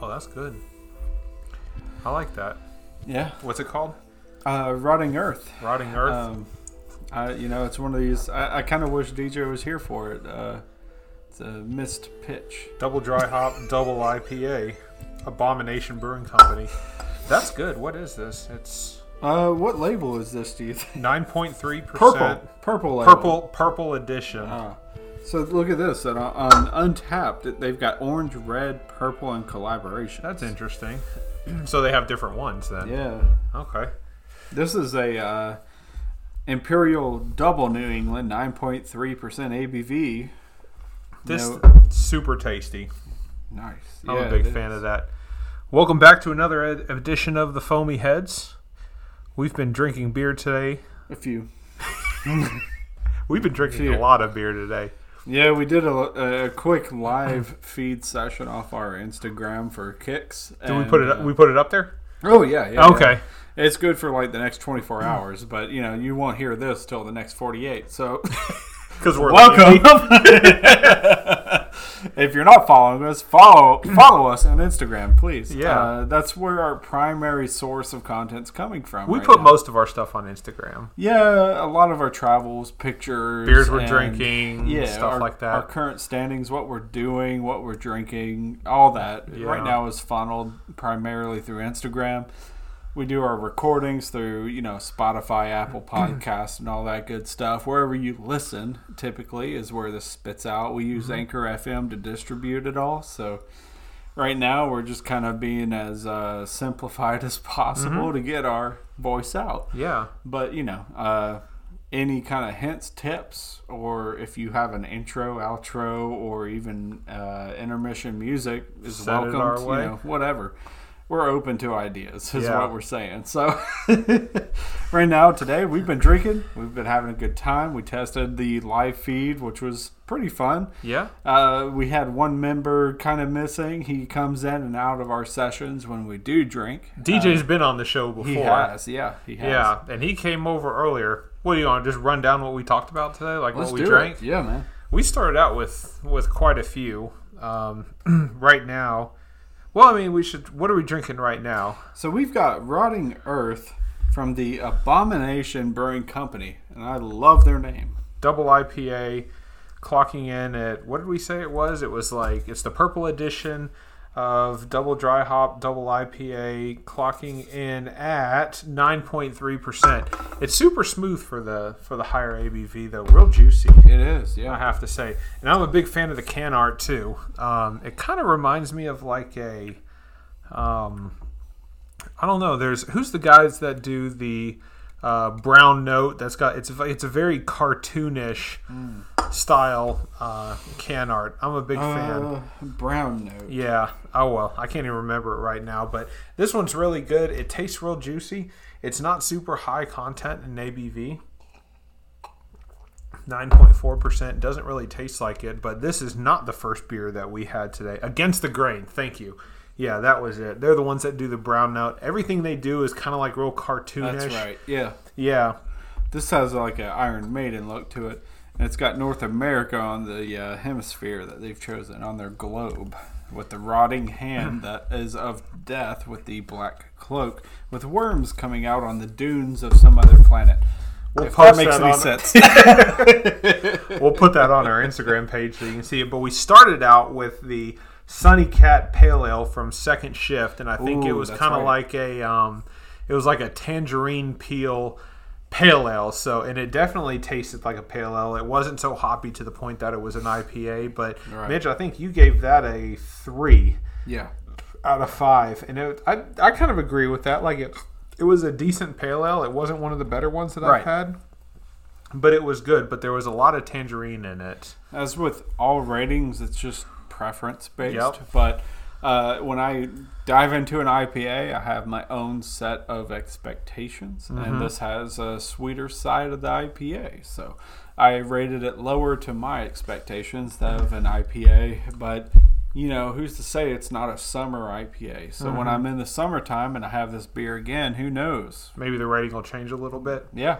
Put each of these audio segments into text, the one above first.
Oh, that's good. I like that. Yeah. What's it called? Uh, Rotting Earth. Rotting Earth. Um, I, you know, it's one of these. I, I kind of wish DJ was here for it. Uh, it's a missed pitch. double dry hop, double IPA. Abomination Brewing Company. That's good. What is this? It's Uh, what label is this? Do you think? 9.3%. Purple. Purple. Label. Purple, purple edition. Ah. So look at this. And on, on Untapped, it- they've got orange, red, purple, and collaboration. That's interesting. so they have different ones then. Yeah. Okay. This is a uh, Imperial Double New England, nine point three percent ABV. This No- super tasty. nice. I'm Yeah, a big it fan is. of that. Welcome back to another ed- edition of the Foamy Heads. We've been drinking beer today. A few. We've been drinking Few. a lot of beer today. Yeah, we did a, a quick live feed session off our Instagram for kicks. uh, Did we put it? Up, we put it up there. oh yeah, yeah. okay. yeah. It's good for like the next 24 hours, but you know you won't hear this till the next 48. So Because we're lazy. if you're not following us, follow follow us on Instagram, please. Yeah. uh, that's where our primary source of content's coming from. We right put now. most of our stuff on Instagram. yeah, a lot of our travels, pictures, Beers we're and- drinking, yeah, stuff our- like that. Our current standings, what we're doing, what we're drinking, all that Yeah. right now is funneled primarily through Instagram. We do our recordings through, you know, Spotify, Apple Podcasts, and all that good stuff. Wherever you listen, typically, is where this spits out. We use Mm-hmm. Anchor FM to distribute it all. So right now, we're just kind of being as uh, simplified as possible Mm-hmm. to get our voice out yeah. but you know uh, any kind of hints tips or if you have an intro outro or even uh, intermission music is Send it welcome our way. you know whatever we're open to ideas is Yeah. what we're saying so right now today we've been drinking we've been having a good time we tested the live feed which was pretty fun Yeah. uh, we had one member kind of missing he comes in and out of our sessions when we do drink DJ's been on the show before. he has yeah he has Yeah, and he came over earlier. What do you want? to Just run down what we talked about today, like Let's what we do drank. it. Yeah, man. We started out with with quite a few. Um, right now, well, I mean, we should. What are we drinking right now? So we've got Rotting Earth from the Abomination Brewing Company, and I love their name. Double IPA, clocking in at what did we say it was? It was like it's the purple edition of double dry hop double IPA, clocking in at nine point three percent. It's super smooth for the for the higher ABV though, real juicy. It is, I yeah. have to say, and I'm a big fan of the can art too. Um, it kind of reminds me of like a, um, I don't know. There's who's the guys that do the uh, brown note? That's got it's a- it's a very cartoonish style uh, can art. I'm a big fan. Uh, brown note. Yeah. Oh well, I can't even remember it right now, but this one's really good. It tastes real juicy. It's not super high content in ABV. 9.4% doesn't really taste like it, but this is not the first beer that we had today. Against the grain. Thank you. Yeah, that was it. They're the ones that do the brown note. Everything they do is kind of like real cartoonish. That's right. Yeah. Yeah. This has like an Iron Maiden look to it, and it's got North America on the uh, hemisphere that they've chosen on their globe, with the rotting Hmm. hand that is of death, with the black cloak, with worms coming out on the dunes of some other planet. We'll if that post makes that any on- sense. we'll put that on our Instagram page so you can see it. But we started out with the Sunny Cat Pale Ale from Second Shift, and I think it Ooh, was that's kind of right. like a um, it was like a tangerine peel pale ale. So, and it definitely tasted like a pale ale. It wasn't so hoppy to the point that it was an IPA. But Right. Mitch, I think you gave that a three yeah. out of five, and it, I I kind of agree with that. Like it, it was a decent pale ale. It wasn't one of the better ones that I've Right. had. But it was good, but there was a lot of tangerine in it. As with all ratings, it's just preference based. Yep. But uh, when I dive into an IPA, I have my own set of expectations, and this has a sweeter side of the IPA. So I rated it lower to my expectations of an IPA, but. You know, who's to say it's not a summer IPA? So when I'm in the summertime and I have this beer again, who knows? maybe the rating will change a little bit. Yeah.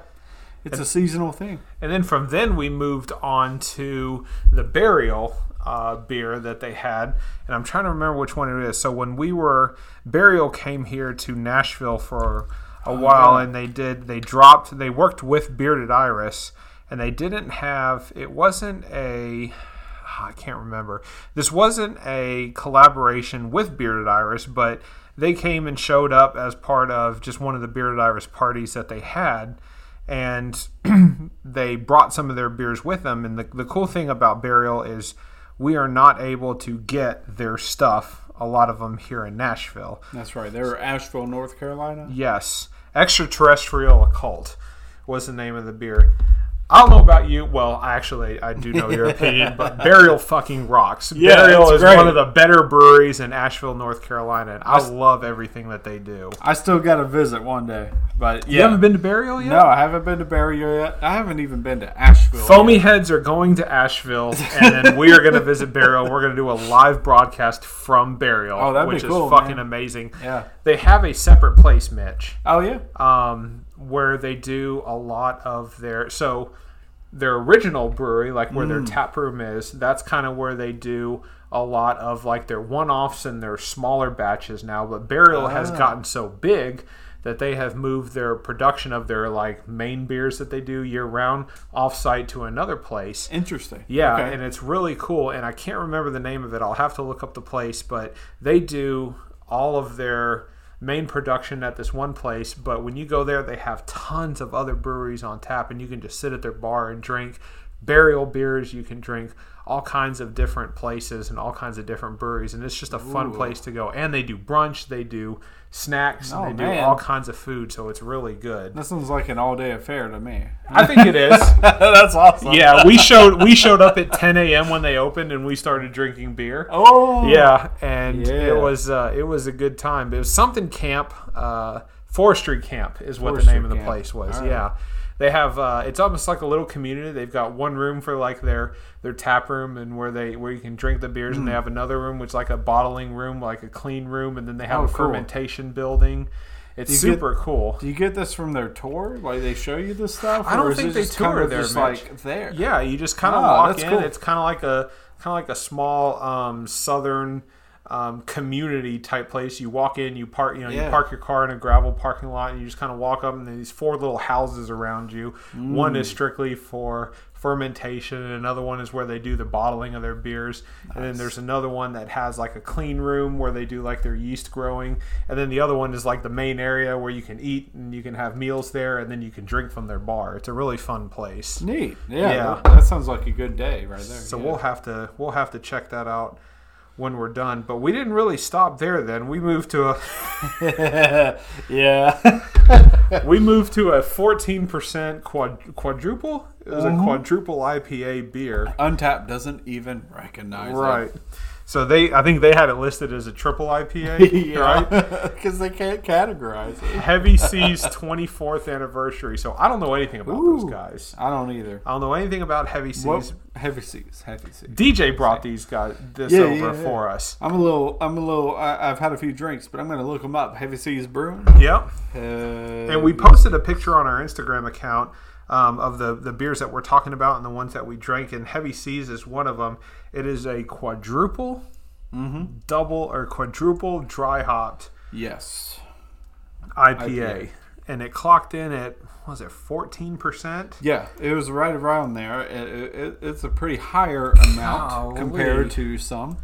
It's a seasonal thing. And then from then we moved on to the burial, uh, beer that they had, and I'm trying to remember which one it is. So when we were Burial came here to Nashville for a while, and they did they dropped they worked with Bearded Iris, and they didn't have it wasn't a ah, I can't remember. This wasn't a collaboration with Bearded Iris, but they came and showed up as part of just one of the Bearded Iris parties that they had. And they brought some of their beers with them. And the, the cool thing about Burial is we are not able to get their stuff, a lot of them here in Nashville. That's right. They were Asheville, North Carolina. Yes. Extraterrestrial Occult was the name of the beer. I don't know about you. Well, actually, I do know your opinion, but Burial fucking rocks. Yeah, Burial it's is great. one of the better breweries in Asheville, North Carolina, and I love everything that they do. I still got to visit one day, but You yeah. haven't been to Burial yet? no, I haven't been to Barrier yet. I haven't even been to Asheville. Foamy heads are going to Asheville, and then we are going to visit Burial. We're going to do a live broadcast from Burial, Oh, that'd be which cool, is fucking man. amazing. Yeah. They have a separate place, Mitch. Oh yeah. um, where they do a lot of their so their original brewery, like where their tap room is. That's kind of where they do a lot of like their one-offs and their smaller batches now. But Burial has gotten so big that they have moved their production of their like main beers that they do year round offsite to another place. Interesting. Yeah, Okay. and it's really cool. And I can't remember the name of it. I'll have to look up the place, but they do all of their main production at this one place. But when you go there, they have tons of other breweries on tap, and you can just sit at their bar and drink burial beers. You can drink all kinds of different places and all kinds of different breweries. And it's just a fun place to go. And they do brunch, they do snacks, Oh, and they man. do all kinds of food. So it's really good. that sounds like an all-day affair to me. I think it is. That's awesome. Yeah, we showed we showed up at 10 a.m. when they opened, and we started drinking beer. Oh. Yeah, and Yeah. it was uh, it was a good time. It was something camp, uh, forestry camp is what the Forestry name of the camp. place was. All right. Yeah, they have uh, it's almost like a little community. They've got one room for like their their tap room and where they where you can drink the beers, and Mm. they have another room which is like a bottling room, like a clean room, and then they have Oh, a cool. fermentation building. It's You get- super cool. Do you get this from their tour? Like they show you this stuff? I don't or is think it they just kind tour of there Just much. like there. Yeah, you just kind of Oh, walk that's in. cool. It's kind of like a kind of like a small um, southern um, community type place. You walk in, you park, you know, Yeah. you park your car in a gravel parking lot, and you just kind of walk up, and there's these four little houses around you. One Mm. is strictly for fermentation, and another one is where they do the bottling of their beers, and then there's another one that has like a clean room where they do like their yeast growing, and then the other one is like the main area where you can eat and you can have meals there, and then you can drink from their bar. It's a really fun place. Neat. Yeah. Yeah. That, that sounds like a good day right there. So yeah. we'll have to we'll have to check that out when we're done. But we didn't really stop there. Then we moved to a yeah. we moved to a fourteen percent quad, quadruple. It was Mm-hmm. a quadruple IPA beer, Untapped doesn't even recognize right? So they I think they had it listed as a triple IPA, right? Because they can't categorize it. Heavy C's twenty fourth anniversary. So I don't know anything about Ooh. those guys. I don't either. I don't know anything about Heavy C's. What? Heavy seas. Heavy seas. DJ brought these guys this Yeah, over yeah, yeah. for us. I'm a little. I'm a little. I, I've had a few drinks, but I'm going to look them up. Heavy seas brewing. Uh, Yep. and we posted a picture on our Instagram account um, of the the beers that we're talking about and the ones that we drank. And Heavy Seas is one of them. It is a quadruple, double or quadruple dry hopped Yes. IPA, and it clocked in at was it fourteen percent? Yeah, it was right around there. It, it- it, it's a pretty higher amount Golly. compared to some.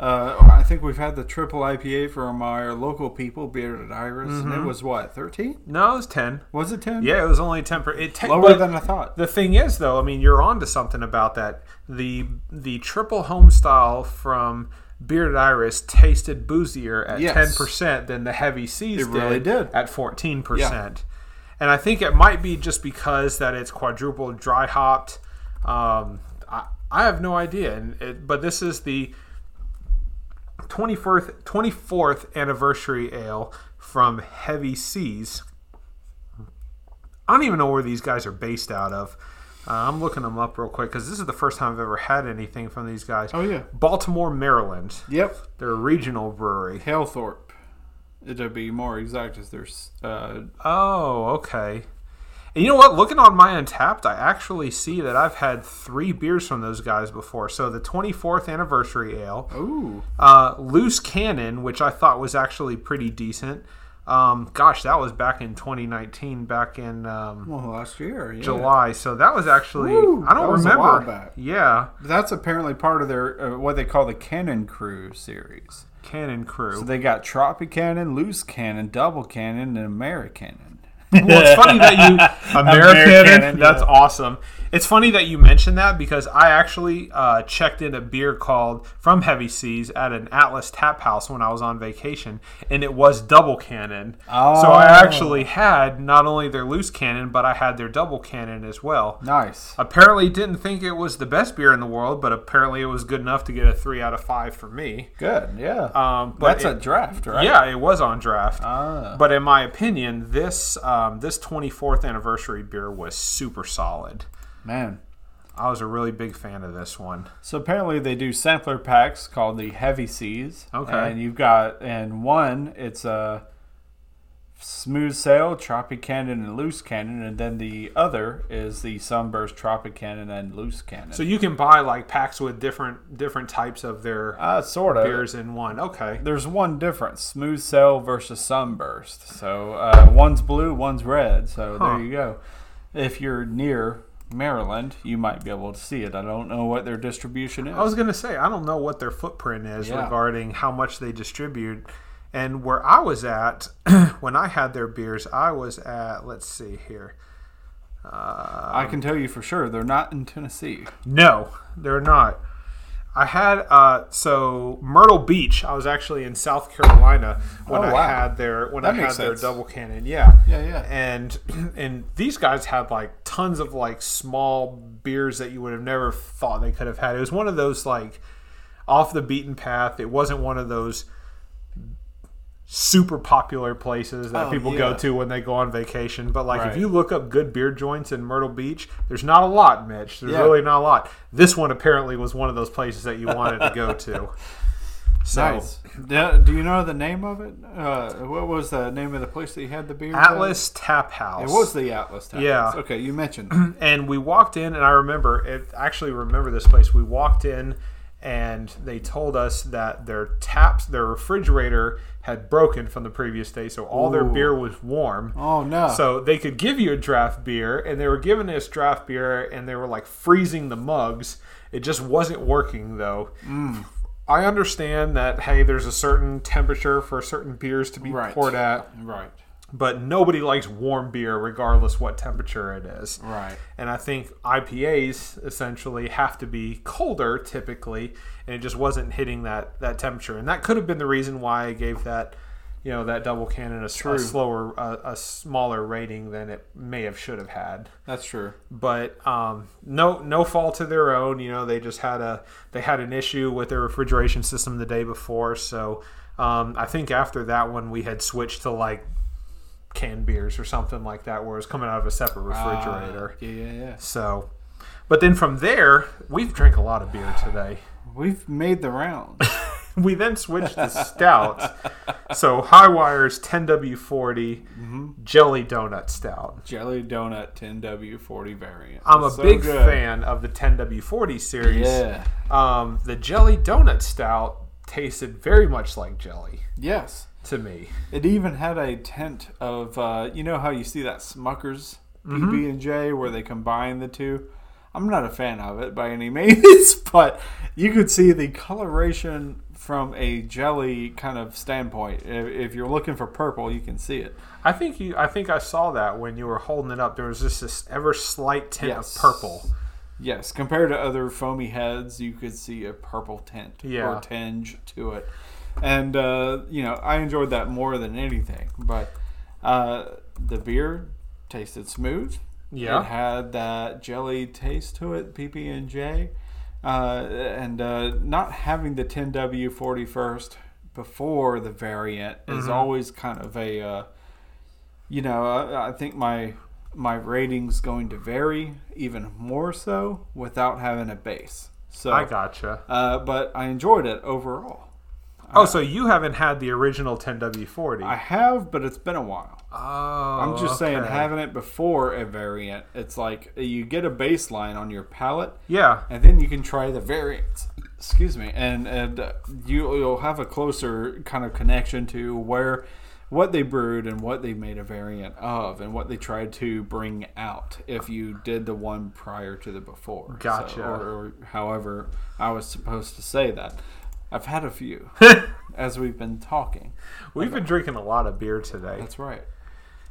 Uh, I think we've had the triple IPA from our local people, Bearded Iris, and it was what thirteen? No, it was ten. Was it ten? Mm-hmm. Yeah, it was only ten percent. It te- lower but- than I thought. The thing is, though, I mean, you're onto something about that. The the triple home style from Bearded Iris tasted boozier at Yes. ten percent than the heavy seas. It really did. at fourteen percent. And I think it might be just because that it's quadruple dry hopped. Um, I, I have no idea, and it, but this is the 24th 24th anniversary ale from Heavy Seas. I don't even know where these guys are based out of. Uh, I'm looking them up real quick because this is the first time I've ever had anything from these guys. Oh, yeah. Baltimore, Maryland. Yep, They're a regional brewery. Halethorpe. To be more exact, is their s- uh, Oh, okay. And you know what? Looking on my Untapped, I actually see that I've had three beers from those guys before. So the 24th anniversary ale, Ooh. uh, Loose Cannon, which I thought was actually pretty decent. Um, gosh, that was back in 2019, back in um, Well, last year, yeah. July. So that was actually Woo, I don't that was a remember. while back. Yeah, That's apparently part of their uh, what they call the Cannon Crew series. Cannon Crew. So they got Tropic Cannon, Loose Cannon, Double Cannon, and American. well, it's funny that you American. American, that's yeah. awesome. It's funny that you mentioned that because I actually uh, checked in a beer called from Heavy Seas at an Atlas Tap House when I was on vacation, and it was double cannon. So I Oh. actually had not only their loose cannon, but I had their double cannon as well. Nice. Apparently, didn't think it was the best beer in the world, but apparently it was good enough to get a three out of five for me. Good. Yeah. Um, but That's it- a draft, right? yeah, it was on draft. Ah. But in my opinion, this um, this 24th anniversary beer was super solid. Man. I was a really big fan of this one. So apparently they do sampler packs called the Heavy Seas. Okay. And you've got and one it's a smooth sail, tropic cannon, and loose cannon, and then the other is the sunburst, tropic cannon, and loose cannon. So you can buy like packs with different different types of their uh, sort of. beers in one. Okay. There's one difference: smooth sail versus sunburst. So uh, one's blue, one's red. So Huh. there you go. If you're near Maryland, you might be able to see it. I don't know what their distribution is. I was gonna say I don't know what their footprint is Yeah. regarding how much they distribute. And where I was at when I had their beers, I was at let's see here. Uh, I can tell you for sure they're not in Tennessee. No, they're not. I had uh, so Myrtle Beach. I was actually in South Carolina when Oh, I wow. had their when That I had makes their sense. double cannon. Yeah, Yeah, yeah. And and these guys had like tons of like small beers that you would have never thought they could have had. It was one of those like off the beaten path. It wasn't one of those super popular places that Oh, people yeah. go to when they go on vacation. But like if Right. you look up good beer joints in Myrtle Beach, there's not a lot, Mitch. There's Yeah. really not a lot. This one apparently was one of those places that you wanted to go to. So Nice. Do, do you know the name of it? Uh, what was the name of the place that you had the beer? at? Atlas Tap It House. was the Atlas. Towers. Yeah. Okay, you mentioned. it. and we walked in and i remember it actually remember this place we walked in and they told us that their taps their refrigerator had broken from the previous day so all their Ooh. beer was warm Oh no. so they could give you a draft beer and they were giving us draft beer and they were like freezing the mugs it just wasn't working though Mm. i understand that hey there's a certain temperature for certain beers to be Right. poured at right. but nobody likes warm beer regardless what temperature it is Right. and I think IPAs essentially have to be colder typically, and it just wasn't hitting that that temperature, and that could have been the reason why I gave that, you know, that double cannon a, s- a slower, a, a smaller rating than it may have should have had. That's true. But um, no, no fault of their own. You know, they just had a they had an issue with their refrigeration system the day before, so um, I think after that one we had switched to like canned beers or something like that, where it was coming out of a separate refrigerator. Uh, yeah, yeah, yeah. So, but then from there, we've drank a lot of beer today. We've made the round. We then switched to stout. So High Wires 10W40 Mm-hmm. Jelly Donut Stout. Jelly donut 10W40 variant. I'm a So big good. fan of the 10W40 series. Yeah. Um, the Jelly Donut Stout tasted very much like jelly Yes. to me. It even had a tint of uh, you know how you see that Smucker's Mm-hmm. PB and J where they combine the two. I'm not a fan of it by any means, but you could see the coloration from a jelly kind of standpoint. If, if you're looking for purple, you can see it. I think you. I think I saw that when you were holding it up. There was just this ever slight tint Yes. of purple. Yes, compared to other foamy heads, you could see a purple tint Yeah. or tinge to it. And, uh, you know, I enjoyed that more than anything. But uh, the beer tasted smooth. Yeah. It had that jelly taste to it, PB&J. Uh, and uh, not having the 10W40 first before the variant is Mm-hmm. always kind of a... Uh, you know, I, I think my my rating's going to vary even more so without having a base. So, I gotcha. uh, but I enjoyed it overall. Oh, so you haven't had the original 10W40? I have, but it's been a while. oh, I'm just saying, okay. having it before a variant, it's like you get a baseline on your palate, Yeah, and then you can try the variants. Excuse me, and and uh, you you'll have a closer kind of connection to where what they brewed and what they made a variant of, and what they tried to bring out if you did the one prior to the before. So- Gotcha. or, or however I was supposed to say that. I've had a few as we've been talking. we've been drinking a lot of beer today. That's right.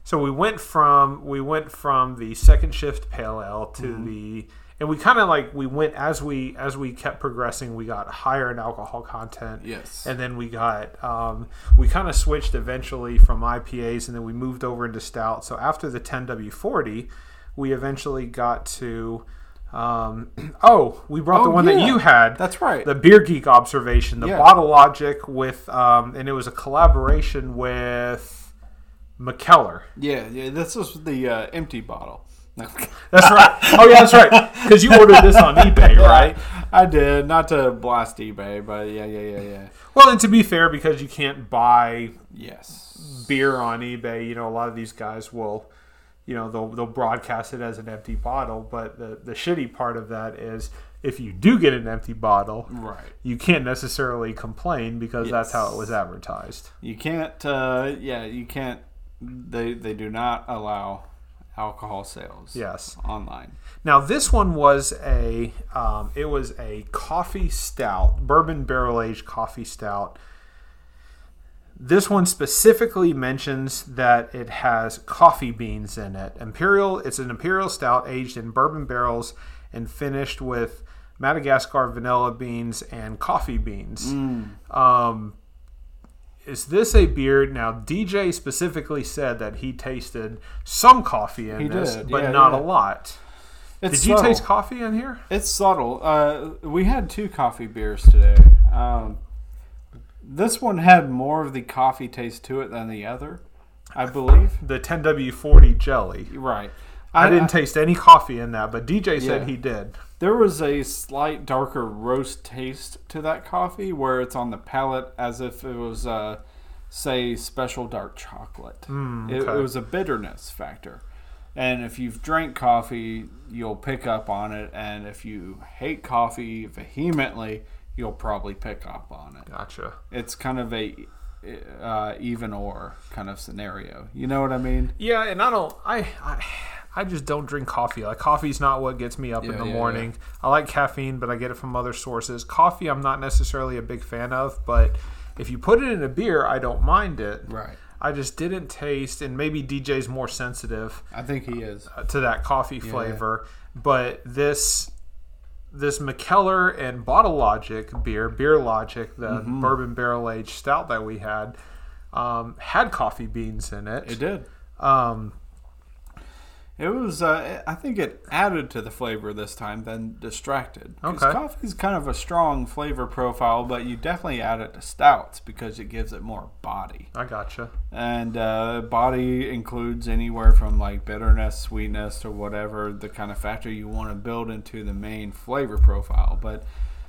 So we went from we went from the second shift pale ale to Mm-hmm. the and we kind of like we went as we as we kept progressing we got higher in alcohol content Yes. and then we got um, we kind of switched eventually from IPAs and then we moved over into stout so after the 10W40 we eventually got to um, oh we brought the Oh, one yeah. that you had That's right. the beer geek observation the Yeah. bottle logic with um, and it was a collaboration with McKellar Yeah, yeah. This is the uh, empty bottle. That's right. Oh yeah, that's right. Because you ordered this on eBay, right? I did not to blast eBay, but yeah, yeah, yeah, yeah. Well, and to be fair, because you can't buy Yes. beer on eBay, you know a lot of these guys will, you know, they'll they'll broadcast it as an empty bottle. But the the shitty part of that is if you do get an empty bottle, Right. you can't necessarily complain because that's how it was advertised. You can't. Uh, yeah, you can't. They they do not allow alcohol sales. Yes. Online. Now this one was a um, it was a coffee stout, bourbon barrel aged coffee stout. This one specifically mentions that it has coffee beans in it. Imperial, it's an imperial stout aged in bourbon barrels and finished with Madagascar vanilla beans and coffee beans. Mm. Um, is this a beer? Now, DJ specifically said that he tasted some coffee in He this, did. but Yeah, not yeah. a lot. It's Did you subtle. taste coffee in here? It's subtle. Uh, we had two coffee beers today. Um, this one had more of the coffee taste to it than the other, I believe. The 10W40 jelly. Right. I didn't taste any coffee in that, but DJ Yeah. said he did. There was a slight darker roast taste to that coffee where it's on the palate as if it was, uh, say, special dark chocolate. It- it, okay. was a bitterness factor. And if you've drank coffee, you'll pick up on it. And if you hate coffee vehemently, you'll probably pick up on it. Gotcha. It's kind of a uh, even or kind of scenario. You know what I mean? Yeah, and I don't. I, I I just don't drink coffee. Like coffee's not what gets me up in Yeah, the yeah, morning. I like caffeine, but I get it from other sources. Coffee, I'm not necessarily a big fan of, but if you put it in a beer, I don't mind it. Right. I just didn't taste, and maybe DJ's more sensitive I think he is. uh, to that coffee flavor. But this this McKellar and Bottle Logic beer, Beer Logic, the Mm-hmm. bourbon barrel aged stout that we had, um, had coffee beans in it. It did. Um, It was. Uh, I think it added to the flavor this time than distracted. 'Cause Okay. Coffee's kind of a strong flavor profile, but you definitely add it to stouts because it gives it more body. I gotcha. And uh, body includes anywhere from like bitterness, sweetness, to whatever the kind of factor you want to build into the main flavor profile. But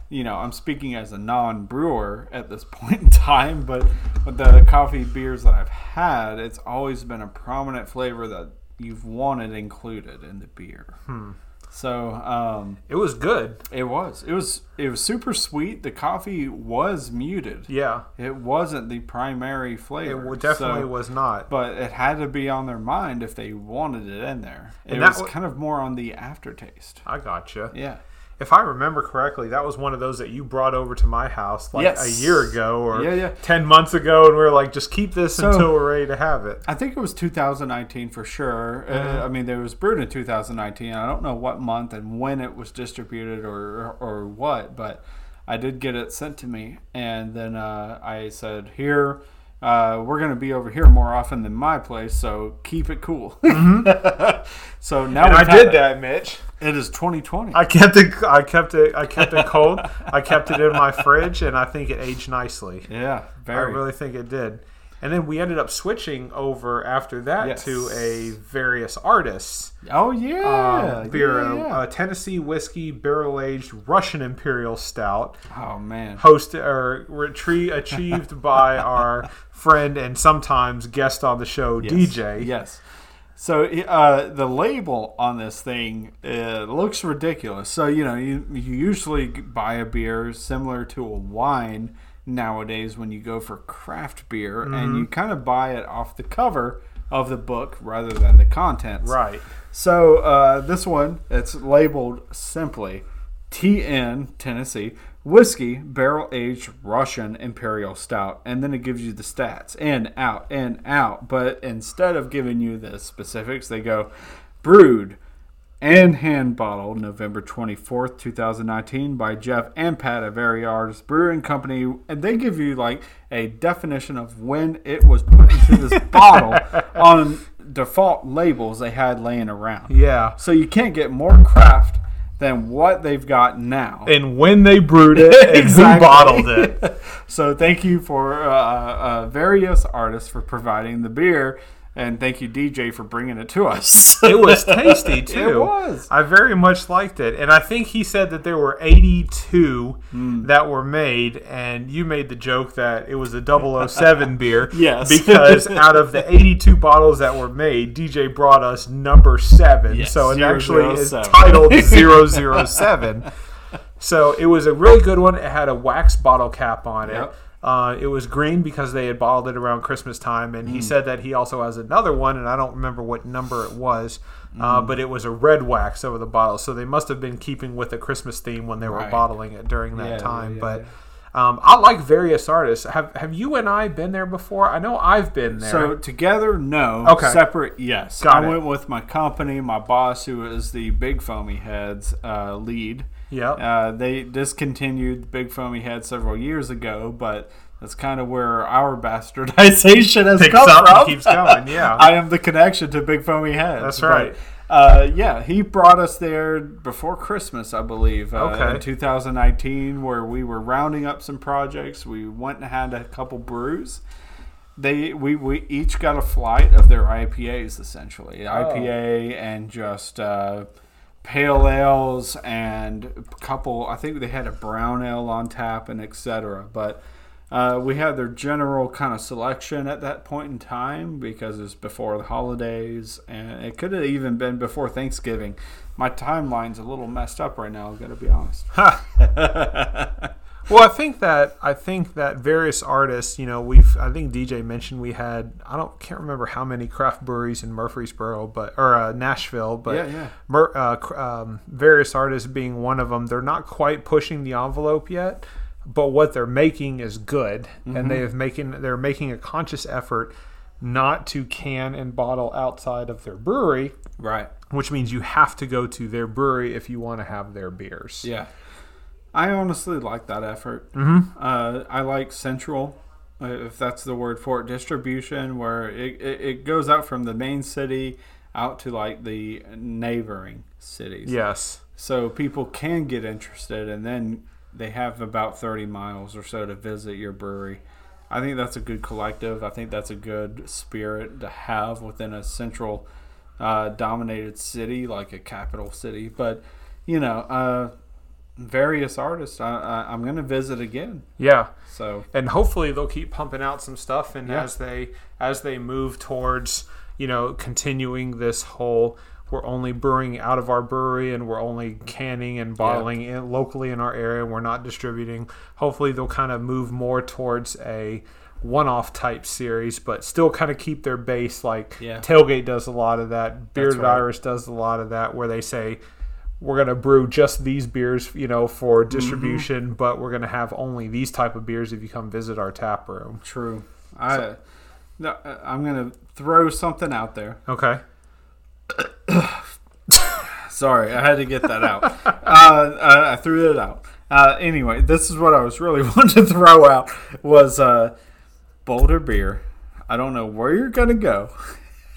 you know, I'm speaking as a non-brewer at this point in time. But with the coffee beers that I've had, it's always been a prominent flavor that you've wanted included in the beer. Hmm. So um, It was good. it was, it was, it was super sweet. The coffee was muted. Yeah, It wasn't the primary flavor. it wa- definitely So- was not. but it had to be on their mind if they wanted it in there. It And that was wa- kind of more on the aftertaste. I gotcha. Yeah. If I remember correctly, that was one of those that you brought over to my house like Yes. a year ago or Yeah, yeah. 10 months ago, and we were like, just keep this So- until we're ready to have it. I think it was 2019 for sure. Mm-hmm. Uh, I mean, there was brewed in 2019. I don't know what month and when it was distributed or or what, but I did get it sent to me, and then uh, I said, "Here, uh, we're going to be over here more often than my place, so keep it cool." so Mm-hmm. now And I we've had did it. that, Mitch. It is 2020. I kept it. I kept it. I kept it cold. I kept it in my fridge, and I think it aged nicely. yeah, I very. really think it did. And then we ended up switching over after that Yes. to a various artists Oh yeah, um, beer, yeah, yeah. uh, Tennessee whiskey barrel aged Russian Imperial Stout, oh man, host or retrie achieved by our friend and sometimes guest on the show DJ. Yes. So uh, the label on this thing uh, looks ridiculous. So you know you, you usually buy a beer similar to a wine nowadays when you go for craft beer, and you kind of buy it off the cover of the book rather than the contents. Right. So uh, this one it's labeled simply TN Tennessee whiskey barrel aged Russian Imperial Stout, and then it gives you the stats in out in out. But instead of giving you the specifics, they go brewed and hand bottled November 24th, 2019 by Jeff and Pat of Very Artist Brewing Company. And they give you like a definition of when it was put into this bottle on default labels they had laying around. Yeah. So you can't get more craft than what they've got now. And when they brewed it and who Exactly. bottled it. so thank you for uh, uh, various artists for providing the beer, and thank you DJ for bringing it to us. It was tasty too. It was. I very much liked it, and I think he said that there were 82 that were made, and you made the joke that it was a 007 beer. Yes. because out of the 82 bottles that were made, DJ brought us number seven, Yes, so it actually is 007. titled 007. So it was a really good one. It had a wax bottle cap on it. Yep. Uh, it was green because they had bottled it around Christmas time, and Mm. he said that he also has another one, and I don't remember what number it was, Mm. uh, but it was a red wax over the bottle, so they must have been keeping with the Christmas theme when they were Right. bottling it during that Yeah, time. yeah, but um, I like various artists. Have Have you and I been there before? I know I've been there. So together, no. Okay. Separate, yes. Got I it. went with my company, my boss, who is the Big Foamy Heads uh, lead. Yep. Uh, they discontinued Big Foamy Head several years ago, but that's kind of where our bastardization has Picks come up and from. keeps going, yeah. I am the connection to Big Foamy Head. That's right. uh, yeah, he brought us there before Christmas, I believe, uh, Okay. in 2019, where we were rounding up some projects. We went and had a couple brews. They we, we each got a flight of their IPAs essentially, IPA and just uh, pale ales and a couple. I think they had a brown ale on tap and etc. But uh, we had their general kind of selection at that point in time because it's before the holidays and it could have even been before Thanksgiving. My timeline's a little messed up right now. I've got to be honest. Well, I think that I think that various artists, you know, we've I think DJ mentioned we had I don't can't remember how many craft breweries in Murfreesboro, but or uh, Nashville, but Yeah, yeah. Mur, uh, cr- um, various artists being one of them, they're not quite pushing the envelope yet, but what they're making is good, Mm-hmm. and they have making they're making a conscious effort not to can and bottle outside of their brewery, Right. which means you have to go to their brewery if you want to have their beers. Yeah. I honestly like that effort. Mm-hmm. Uh, I like central, uh, if that's the word for it, distribution, where it, it, it goes out from the main city out to like the neighboring cities. Yes. So people can get interested, and then they have about 30 miles or so to visit your brewery. I think that's a good collective. I think that's a good spirit to have within a central uh, dominated city, like a capital city. But, you know, uh, various artists, I, I, I'm going to visit again. Yeah. So, and hopefully they'll keep pumping out some stuff and Yeah. as they as they move towards you know continuing this whole we're only brewing out of our brewery and we're only canning and bottling it locally in our area and we're not distributing hopefully they'll kind of move more towards a one-off type series but still kind of keep their base like Yeah. tailgate does a lot of that bearded right. irish does a lot of that where they say we're going to brew just these beers you know for distribution but we're going to have only these type of beers if you come visit our tap room true. I, no, I- I'm going to throw something out there. okay Sorry, I had to get that out. uh, I, I threw it out. Uh, anyway, this is what I was really wanting to throw out was uh, Boulder beer. I don't know where you're gonna go.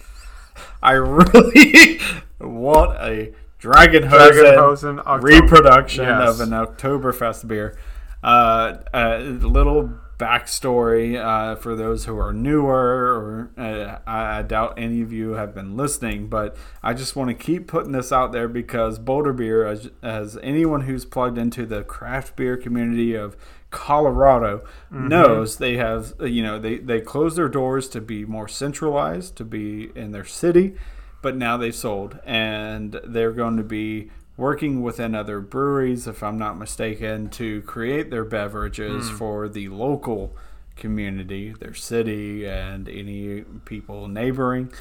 I really want a Dragon Dragonhosen October- reproduction Yes. of an Oktoberfest beer. Uh, a uh, little backstory uh, for those who are newer, or uh, I, I doubt any of you have been listening, but I just want to keep putting this out there because Boulder Beer, as, as anyone who's plugged into the craft beer community of Colorado knows they have, you know, they, they closed their doors to be more centralized, to be in their city, but now they've sold and they're going to be working within other breweries, if I'm not mistaken, to create their beverages Hmm. for the local community, their city, and any people neighboring.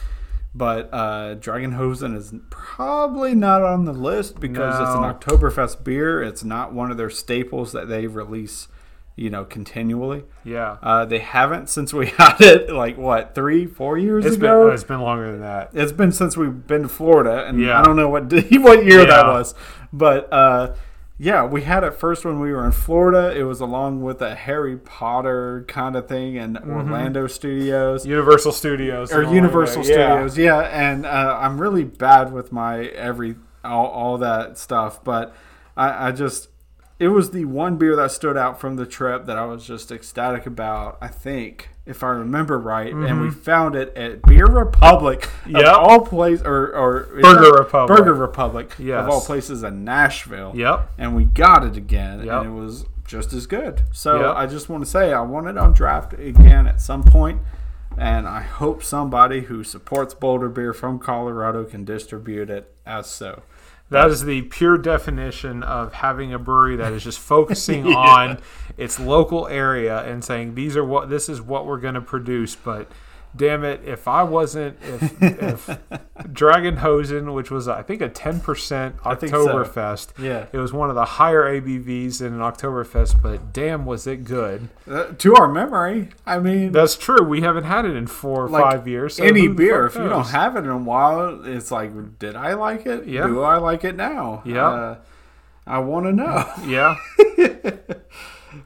But uh, Dragonhosen is probably not on the list because it's an No. Oktoberfest beer. It's not one of their staples that they release, you know, continually. Yeah. Uh, they haven't since we had it, like, what, three, four years It's been ago? oh, it's been longer than that. it's been since we've been to Florida, and Yeah. I don't know what what year that Yeah. was, but uh, yeah, we had it first when we were in Florida. It was along with a Harry Potter kind of thing and Mm-hmm. Orlando Studios Universal Studios or and all Universal that, yeah. Studios. Yeah, and uh, I'm really bad with my every all, all that stuff, but I, I just it was the one beer that stood out from the trip that I was just ecstatic about. I think. If I remember right, and we found it at Beer Republic, of Mm-hmm. Yep. all places, or, or Burger Republic. Burger Republic, Yes. of all places in Nashville. Yep. and we got it again, Yep. and it was just as good. So Yep. I just want to say I want it on draft again at some point, and I hope somebody who supports Boulder Beer from Colorado can distribute it as so. That is the pure definition of having a brewery that is just focusing on its local area and saying these are what this is what we're going to produce. But damn it, if I wasn't if, if Dragonhosen, which was I think a ten percent think so. Oktoberfest, Yeah. it was one of the higher ABVs in an Oktoberfest. But damn, was it good? Uh, to our memory, I mean, That's true. We haven't had it in four or like five years. so any who the beer, if fuck you don't knows? have it in a while, it's like, did I like it? Yeah. Do I like it now? Yeah. Uh, I want to know. yeah,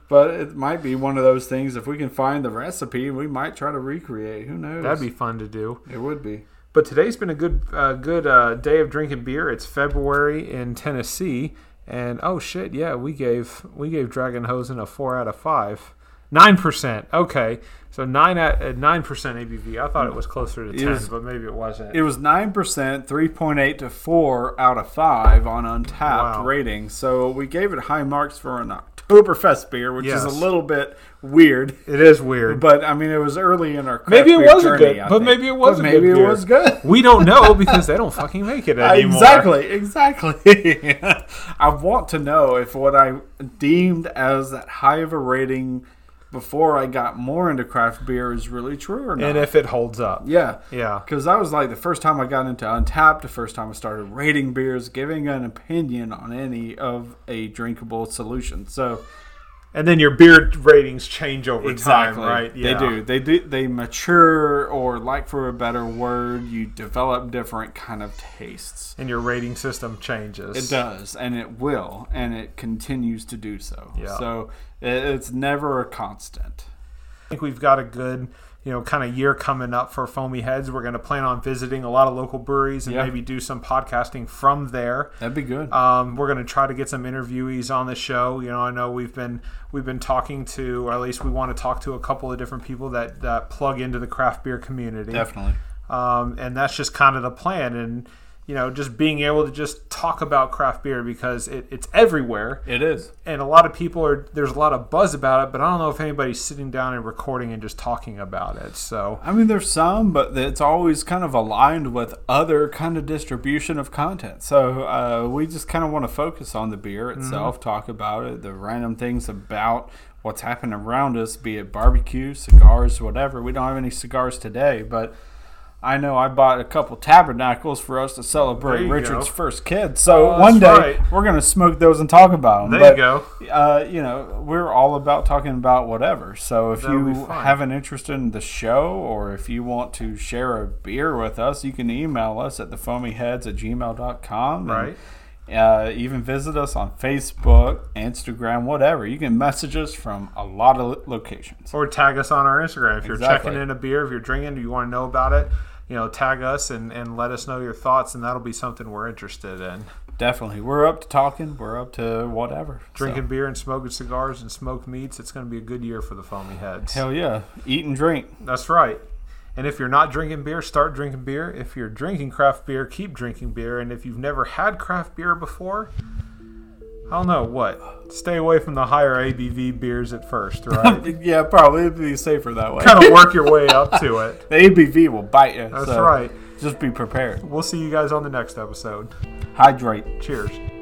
But it might be one of those things. If we can find the recipe, we might try to recreate. Who knows? that'd be fun to do. It would be. But today's been a good uh, good uh, day of drinking beer. It's February in Tennessee, and oh shit, yeah, we gave we gave Dragonhosen a four out of five. Nine percent. Okay, so nine at nine percent ABV. I thought it was closer to It ten, was- but maybe it wasn't. It was nine percent, three point eight to four out of five on Untapped Wow. rating. So we gave it high marks for an Oktoberfest beer, which Yes. is a little bit weird. it is weird. But I mean, it was early in our craft Maybe it beer wasn't journey, good, I but think. maybe it was But a maybe good it beer. was good. we don't know because they don't fucking make it anymore. Exactly, exactly. I want to know if what I deemed as that high of a rating before I got more into craft beer is really true or not. And if it holds up, yeah, yeah, because that was like the first time I got into Untapped, the first time I started rating beers, giving an opinion on any of a drinkable solution. So and then your beer ratings change over time, right? Yeah. They do. They do. They mature, or like for a better word, you develop different kind of tastes. and your rating system changes. It does, and it will, and it continues to do so. Yeah. So i- it's never a constant. I think we've got a good, you know, kind of year coming up for Foamy Heads. We're going to plan on visiting a lot of local breweries and Yeah. maybe do some podcasting from there. That'd be good. Um, we're going to try to get some interviewees on the show. You know, I know we've been we've been talking to, or at least we want to talk to a couple of different people that that plug into the craft beer community Definitely. um, and that's just kind of the plan and you know just being able to just talk about craft beer because it, it's everywhere It is. and a lot of people are there's a lot of buzz about it but i don't know if anybody's sitting down and recording and just talking about it so I mean, there's some, but it's always kind of aligned with other kind of distribution of content. So uh, we just kind of want to focus on the beer Mm-hmm. itself, talk about it, the random things about what's happening around us, be it barbecue, cigars, whatever. We don't have any cigars today, but I know I bought a couple tabernacles for us to celebrate There you Richard's go. first kid. So Oh, one day that's right. we're gonna smoke those and talk about them. There you go. Uh, you know, we're all about talking about whatever. So if That'll be you fun. have an interest in the show or if you want to share a beer with us, you can email us at thefoamyheads at gmail.com. Right. Uh, even visit us on Facebook, Instagram, whatever. You can message us from a lot of lo- locations. or tag us on our instagram if you're Exactly. checking in a beer if you're drinking you want to know about it you know, tag us and, and let us know your thoughts, and that'll be something we're interested in. Definitely. We're up to talking. We're up to whatever. Drinking beer and smoking cigars and smoked meats, it's going to be a good year for the foamy heads. So, hell yeah. Eat and drink. That's right. And if you're not drinking beer, start drinking beer. If you're drinking craft beer, keep drinking beer. And if you've never had craft beer before, I don't know what. Stay away from the higher ABV beers at first, right? Yeah, probably. It'd be safer that way. kind of work your way up to it. the ABV will bite you. That's right. Just be prepared. We'll see you guys on the next episode. Hydrate. Cheers.